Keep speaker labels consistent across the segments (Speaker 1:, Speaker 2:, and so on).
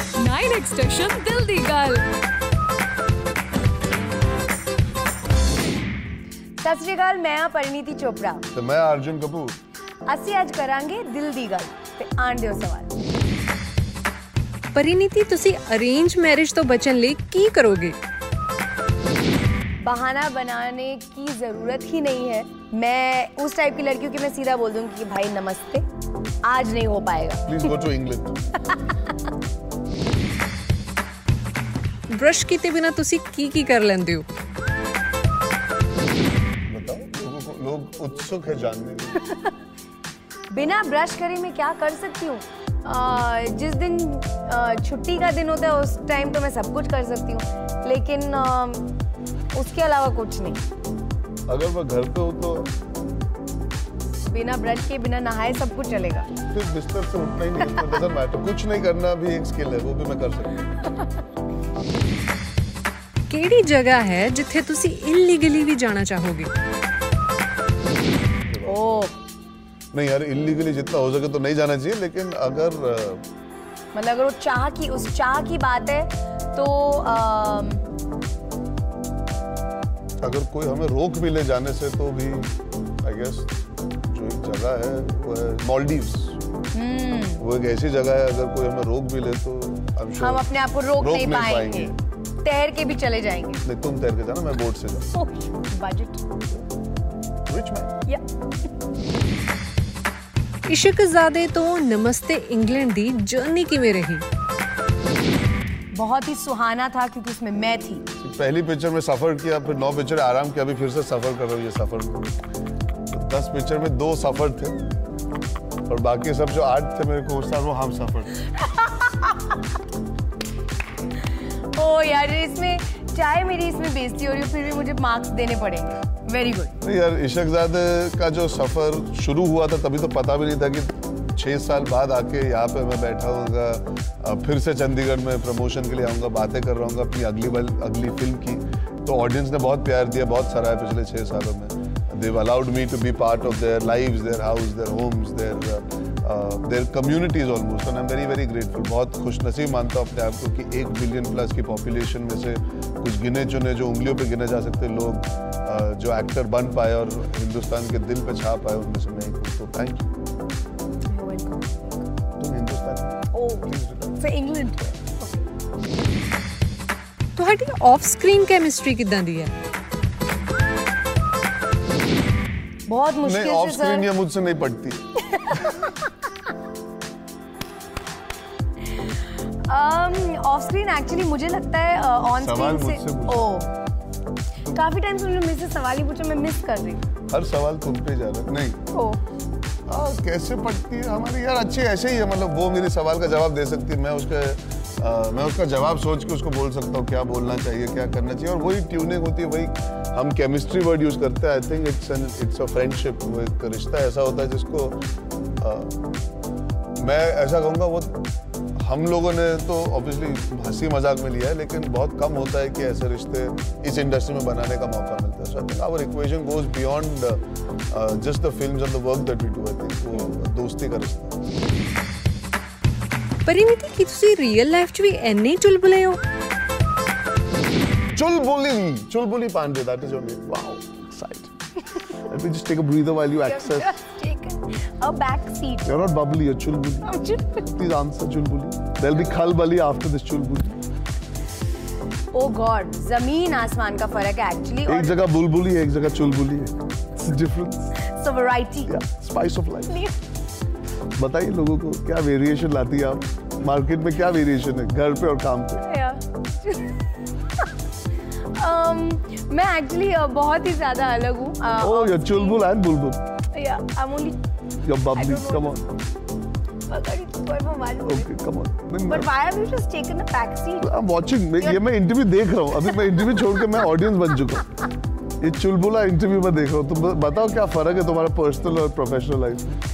Speaker 1: Next station दिल दी गल
Speaker 2: ਸਤਿ ਸ਼੍ਰੀ ਅਕਾਲ ਮੈਂ ਆ ਪਰਨੀਤੀ ਚੋਪੜਾ
Speaker 3: ਤੇ ਮੈਂ ਅਰਜੁਨ ਕਪੂਰ
Speaker 2: ਅਸੀਂ ਅੱਜ ਕਰਾਂਗੇ ਦਿਲ ਦੀ ਗੱਲ ਤੇ ਆਣ ਦਿਓ ਸਵਾਲ
Speaker 1: परिणीति ਤੁਸੀਂ ਅਰੇਂਜ ਮੈਰਿਜ ਤੋਂ ਬਚਣ ਲਈ ਕੀ ਕਰੋਗੇ
Speaker 2: बहाना बनाने की ज़रूरत ही नहीं है मैं उस टाइप की लड़की हूँ कि मैं सीधा बोल दूंगी कि भाई नमस्ते आज नहीं हो पाएगा
Speaker 3: please go to England
Speaker 1: brush ਕੀਤੇ ਬਿਨਾ ਤੁਸੀਂ ਕੀ ਕੀ ਕਰ ਲੈਂਦੇ ਹੋ
Speaker 3: ਬਤਾਓ ਲੋਗੋਂ ਕੋ ਲੋਗ उत्सुक है जानने के लिए।
Speaker 2: बिना ब्रश करे मैं क्या कर सकती हूँ अ, जिस दिन अ, छुट्टी का दिन होता है उस टाइम तो मैं सब कुछ कर सकती हूँ लेकिन अ, उसके अलावा कुछ नहीं
Speaker 3: अगर मैं घर पे हूँ तो
Speaker 2: बिना ब्रश के बिना नहाए सब कुछ चलेगा
Speaker 3: फिर बिस्तर से उठना ही नहीं डजंट मैटर कुछ नहीं करना भी एक स्किल है वो भी मैं कर सकता हूँ
Speaker 1: ਕਿਹੜੀ ਜਗ੍ਹਾ ਹੈ ਜਿੱਥੇ ਤੁਸੀਂ ਇਲੀਗਲੀ ਵੀ ਜਾਣਾ ਚਾਹੋਗੇ
Speaker 2: ओ
Speaker 3: नहीं यार इलीगली जितना हो सके तो नहीं जाना चाहिए लेकिन अगर अ,
Speaker 2: मतलब अगर वो चाह की उस चाह की बात है तो अम,
Speaker 3: अगर कोई हमें रोक भी ले जाने से तो भी आई गेस जो एक जगह है वो है मॉलडीव्स वो एक ऐसी जगह है अगर कोई हमें रोक भी ले तो I'm sure-
Speaker 2: हम्म। हम अपने आप को रोक,
Speaker 3: रोक
Speaker 2: नहीं
Speaker 3: नहीं
Speaker 2: पाएंगे तैर के भी चले जाएंगे
Speaker 3: नहीं तुम तैर के जाना मैं बोट से जाऊँ
Speaker 2: बजट
Speaker 3: रिच मैन
Speaker 2: या
Speaker 1: ਇਸ਼ਕਜ਼ਾਦੇ ਤੋਂ ਨਮਸਤੇ ਇੰਗਲੈਂਡ ਦੀ ਜਰਨੀ ਕਿਵੇਂ ਰਹੀ
Speaker 2: बहुत ही सुहाना था क्योंकि उसमें मैं थी
Speaker 3: पहली पिक्चर में सफर किया फिर नौ पिक्चर आराम किया अभी फिर से सफर कर रहा हूँ ये सफर तो दस पिक्चर में दो सफर थे और बाकी सब जो आठ थे मेरे को उस साल वो हम सफर थे।
Speaker 2: ओ यार इसमें चाहे मेरी इसमें बेइज्जती हो रही हो फिर भी मुझे मार्क्स देने पड़ेंगे वेरी गुड
Speaker 3: नहीं यार इशकजाद का जो सफर शुरू हुआ था तभी तो पता भी नहीं था कि छः साल बाद आके यहाँ पे मैं बैठा हूँगा अब फिर से चंडीगढ़ में प्रमोशन के लिए आऊँगा बातें कर रहा हूँगा अपनी अगली बल अगली फिल्म की तो ऑडियंस ने बहुत प्यार दिया बहुत सराहा है पिछले छः सालों में they've allowed me to be part of their lives, their house, their homes, their uh, uh, their communities almost. And I'm very very grateful. बहुत खुशनसीब मानता हूँ अपने आप को कि एक बिलियन प्लस की पॉपुलेशन में से कुछ गिने चुने जो उंगलियों पे गिने जा सकते लोग uh, जो एक्टर बन पाए और हिंदुस्तान के दिल पे छा पाए उनमें से मैं एक हूँ। तो थैंक यू तुम Hindustan
Speaker 2: oh
Speaker 3: please relax
Speaker 2: so England
Speaker 1: ਤੁਹਾਡੀ ਆਫ ਸਕਰੀਨ ਕੈਮਿਸਟਰੀ ਕਿਦਾਂ ਦੀ ਹੈ
Speaker 2: बहुत
Speaker 3: नहीं
Speaker 2: मुश्किल
Speaker 3: ऑफ
Speaker 2: से
Speaker 3: स्क्रीन
Speaker 2: सर
Speaker 3: या मुझसे नहीं पड़ती
Speaker 2: ऑफ स्क्रीन एक्चुअली Um, मुझे लगता है ऑन
Speaker 3: सवाल
Speaker 2: स्क्रीन से
Speaker 3: मुझसे
Speaker 2: ओ काफी टाइम से उन्होंने मुझसे सवाल ही पूछा मैं मिस कर रही हूँ।
Speaker 3: हर सवाल तुम पे जा रहा है नहीं
Speaker 2: ओ
Speaker 3: हाँ कैसे पड़ती है हमारी यार अच्छी ऐसे ही है मतलब वो मेरे सवाल का जवाब दे सकती है मैं उसका अ, मैं उसका जवाब सोच के उसको बोल सकता हूँ क्या बोलना चाहिए क्या करना चाहिए और वही ट्यूनिंग होती है वही हम केमिस्ट्री वर्ड यूज करते हैं I think it's an it's a friendship वो एक रिश्ता ऐसा होता है जिसको अ, मैं ऐसा कहूँगा वो हम लोगों ने तो ऑब्वियसली हंसी मजाक में लिया है लेकिन बहुत कम होता है कि ऐसे रिश्ते इस इंडस्ट्री में बनाने का मौका मिलता है so I think our equation goes beyond just the film and the work that we do I think वो दोस्ती का रिश्ता है।
Speaker 1: ਪਰਿਣੀਤੀ ਕੀ ਤੁਸੀਂ ਰੀਅਲ ਲਾਈਫ 'ਚ ਵੀ ਐਨੇ ਚੁਲਬੁਲੇ ਹੋ
Speaker 3: Chulbuli. Chulbuli Pandey, that is your name. Wow, excited. Let me just take a breather while you access.
Speaker 2: ठीक है अब back seat
Speaker 3: You're not bubbly, you're Chulbuli. Please answer Chulbuli. There'll be Khalbali after this Chulbuli.
Speaker 2: Oh God Oh जमीन आसमान का फर्क है actually
Speaker 3: एक
Speaker 2: और
Speaker 3: जगह बुलबुली है, एक जगह चुलबुली है. It's a difference.
Speaker 2: So variety
Speaker 3: Yeah, spice of life. बताइए लोगों को क्या वेरिएशन लाती है आप मार्केट में क्या वेरिएशन है घर पे और काम पे
Speaker 2: um, मैं एक्चुअली बहुत ही ज्यादा अलग हूँ Uh,
Speaker 3: ओ योर चुलबुल एंड बुलबुल you're
Speaker 2: I
Speaker 3: bubbly
Speaker 2: don't know
Speaker 3: come on
Speaker 2: तो
Speaker 3: okay come
Speaker 2: But
Speaker 3: on
Speaker 2: why have you just taken a back seat?
Speaker 3: I'm watching. मैं, ये मैं इंटरव्यू देख रहा हूँ अभी मैं इंटरव्यू छोड़ के मैं ऑडियंस बन चुका हूँ ये चुलबुला इंटरव्यू में देख रहा हूँ तुम बताओ क्या फर्क है तुम्हारा पर्सनल और प्रोफेशनल लाइफ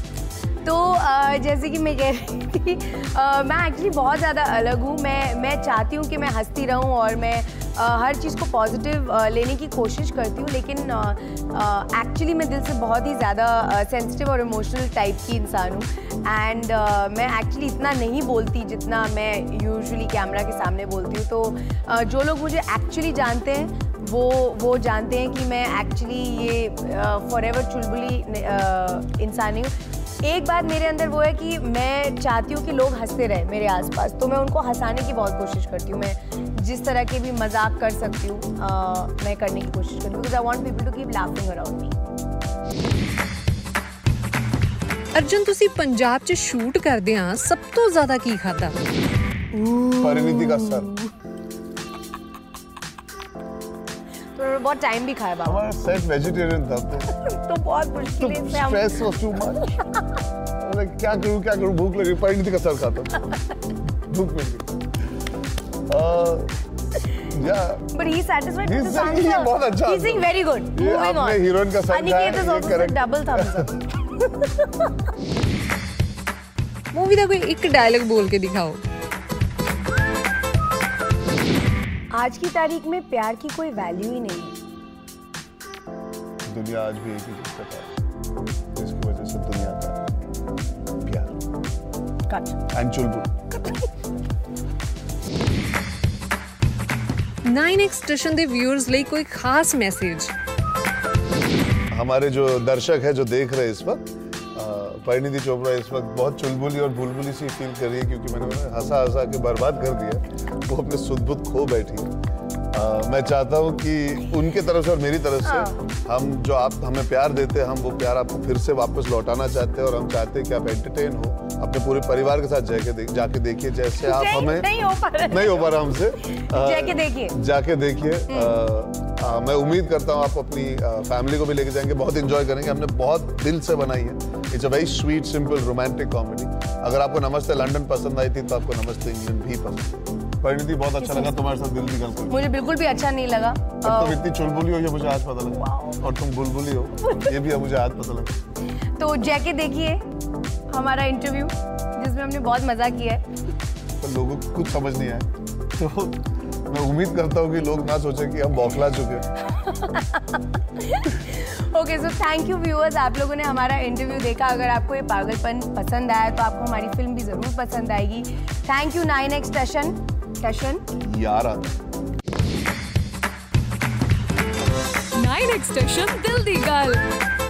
Speaker 2: तो अ, जैसे कि मैं कह रही थी अ, मैं एक्चुअली बहुत ज़्यादा अलग हूँ मैं मैं चाहती हूँ कि मैं हंसती रहूँ और मैं अ, हर चीज़ को पॉजिटिव लेने की कोशिश करती हूँ लेकिन एक्चुअली मैं दिल से बहुत ही ज़्यादा सेंसिटिव और इमोशनल टाइप की इंसान हूँ एंड मैं एक्चुअली इतना नहीं बोलती जितना मैं यूजुअली कैमरा के सामने बोलती हूँ तो अ, जो लोग मुझे एक्चुअली जानते हैं वो वो जानते हैं कि मैं एक्चुअली ये फॉर एवर चुलबुली अ, इंसान ही हूँ एक बात मेरे अंदर वो है कि मैं चाहती हूँ कि लोग हंसते रहें मेरे आसपास तो मैं उनको हंसाने की बहुत कोशिश करती हूँ मैं जिस तरह के भी मजाक कर सकती हूँ अ, मैं करने की कोशिश करती हूँ because I want people to keep laughing around me
Speaker 1: Arjun ਤੁਸੀਂ ਪੰਜਾਬ 'ਚ ਸ਼ੂਟ ਕਰਦੇ ਆ ਸਭ ਤੋਂ ਜ਼ਿਆਦਾ ਕੀ ਖਾਦਾ
Speaker 3: परिणीति का सर
Speaker 2: तो उन्होंने बहुत टाइम भी खाया बाबा
Speaker 3: हमारा सेट वेजिटेरियन था तो
Speaker 2: तो बहुत मुश्किल है इसमें हम
Speaker 3: स्ट्रेस वाज टू मच अरे क्या करूं क्या करूं भूख लगी परिणीति का सर खाता हूं। भूख लगी या
Speaker 2: But he's satisfied
Speaker 3: He's
Speaker 2: with his
Speaker 3: saying-
Speaker 2: answer.
Speaker 3: ये बहुत अच्छा
Speaker 2: He's saying
Speaker 3: answer.
Speaker 2: very good.
Speaker 3: ये
Speaker 2: Moving
Speaker 3: आपने
Speaker 2: on.
Speaker 3: heroine का साथ
Speaker 2: Aniket
Speaker 3: गाया,
Speaker 2: is
Speaker 3: ये
Speaker 2: also
Speaker 3: correct.
Speaker 2: double thumbs up.
Speaker 1: Movie ਦਾ ਕੋਈ ਇੱਕ ਡਾਇਲੌਗ ਬੋਲ ਕੇ ਦਿਖਾਓ
Speaker 2: आज की तारीख में प्यार की कोई वैल्यू ही नहीं है
Speaker 3: दुनिया आज भी एक ही चीज का है जिसकी वजह से दुनिया का प्यार
Speaker 2: cut
Speaker 3: and Chulbul
Speaker 1: 9x station ਦੇ ਵਿਊਅਰਸ ਲਈ ਕੋਈ ਖਾਸ ਮੈਸੇਜ
Speaker 3: हमारे जो दर्शक है जो देख रहे हैं इस वक्त अ, परिणीति चोपड़ा इस वक्त बहुत चुलबुली और बुलबुली सी फील कर रही है क्योंकि मैंने उन्हें हंसा हंसा के बर्बाद कर दिया वो अपने सुदबुद खो बैठी है अ, मैं चाहता हूँ कि उनके तरफ से और मेरी तरफ से हम जो आप हमें प्यार देते हैं हम वो प्यार आपको फिर से वापस लौटाना चाहते हैं और हम चाहते हैं कि आप एंटरटेन हो अपने पूरे परिवार के साथ जाके देख- जाके देखिए जैसे आप
Speaker 2: नहीं-
Speaker 3: हमें
Speaker 2: नहीं हो पा रहा।
Speaker 3: नहीं हो पा रहा हमसे अ,
Speaker 2: जाके देखिए। हम्म।
Speaker 3: जाके देखिए अ, अ, मैं उम्मीद करता हूँ आप अपनी फैमिली को भी लेके जाएंगे बहुत इंजॉय करेंगे हमने बहुत दिल से बनाई है it's a very sweet simple romantic comedy अगर आपको नमस्ते लंदन पसंद आई थी तो आपको नमस्ते इंग्लैंड भी पसंद आई। परिणीति बहुत अच्छा लगा तुम्हारे साथ दिल की गल करके।
Speaker 2: मुझे बिल्कुल भी अच्छा नहीं लगा
Speaker 3: तब
Speaker 2: अ,
Speaker 3: तुम तो इतनी चुलबुली हो ये मुझे आज पता लगा और तुम बुलबुली हो ये भी अब मुझे आज पता लगा
Speaker 2: तो जाके देखिए हमारा इंटरव्यू जिसमें हमने बहुत मजा किया है
Speaker 3: पर लोगों को कुछ समझ नहीं आया तो मैं उम्मीद करता हूँ कि लोग ना सोचे कि हम बौखला चुके हैं।
Speaker 2: Okay so thank you viewers आप लोगों ने हमारा इंटरव्यू देखा अगर आपको ये पागलपन पसंद आया तो आपको हमारी फिल्म भी जरूर पसंद आएगी thank you nine X Tashan Tashan
Speaker 3: यार आता
Speaker 1: 9x ਸਟੇਸ਼ਨ ਦਿਲ ਦੀ ਗੱਲ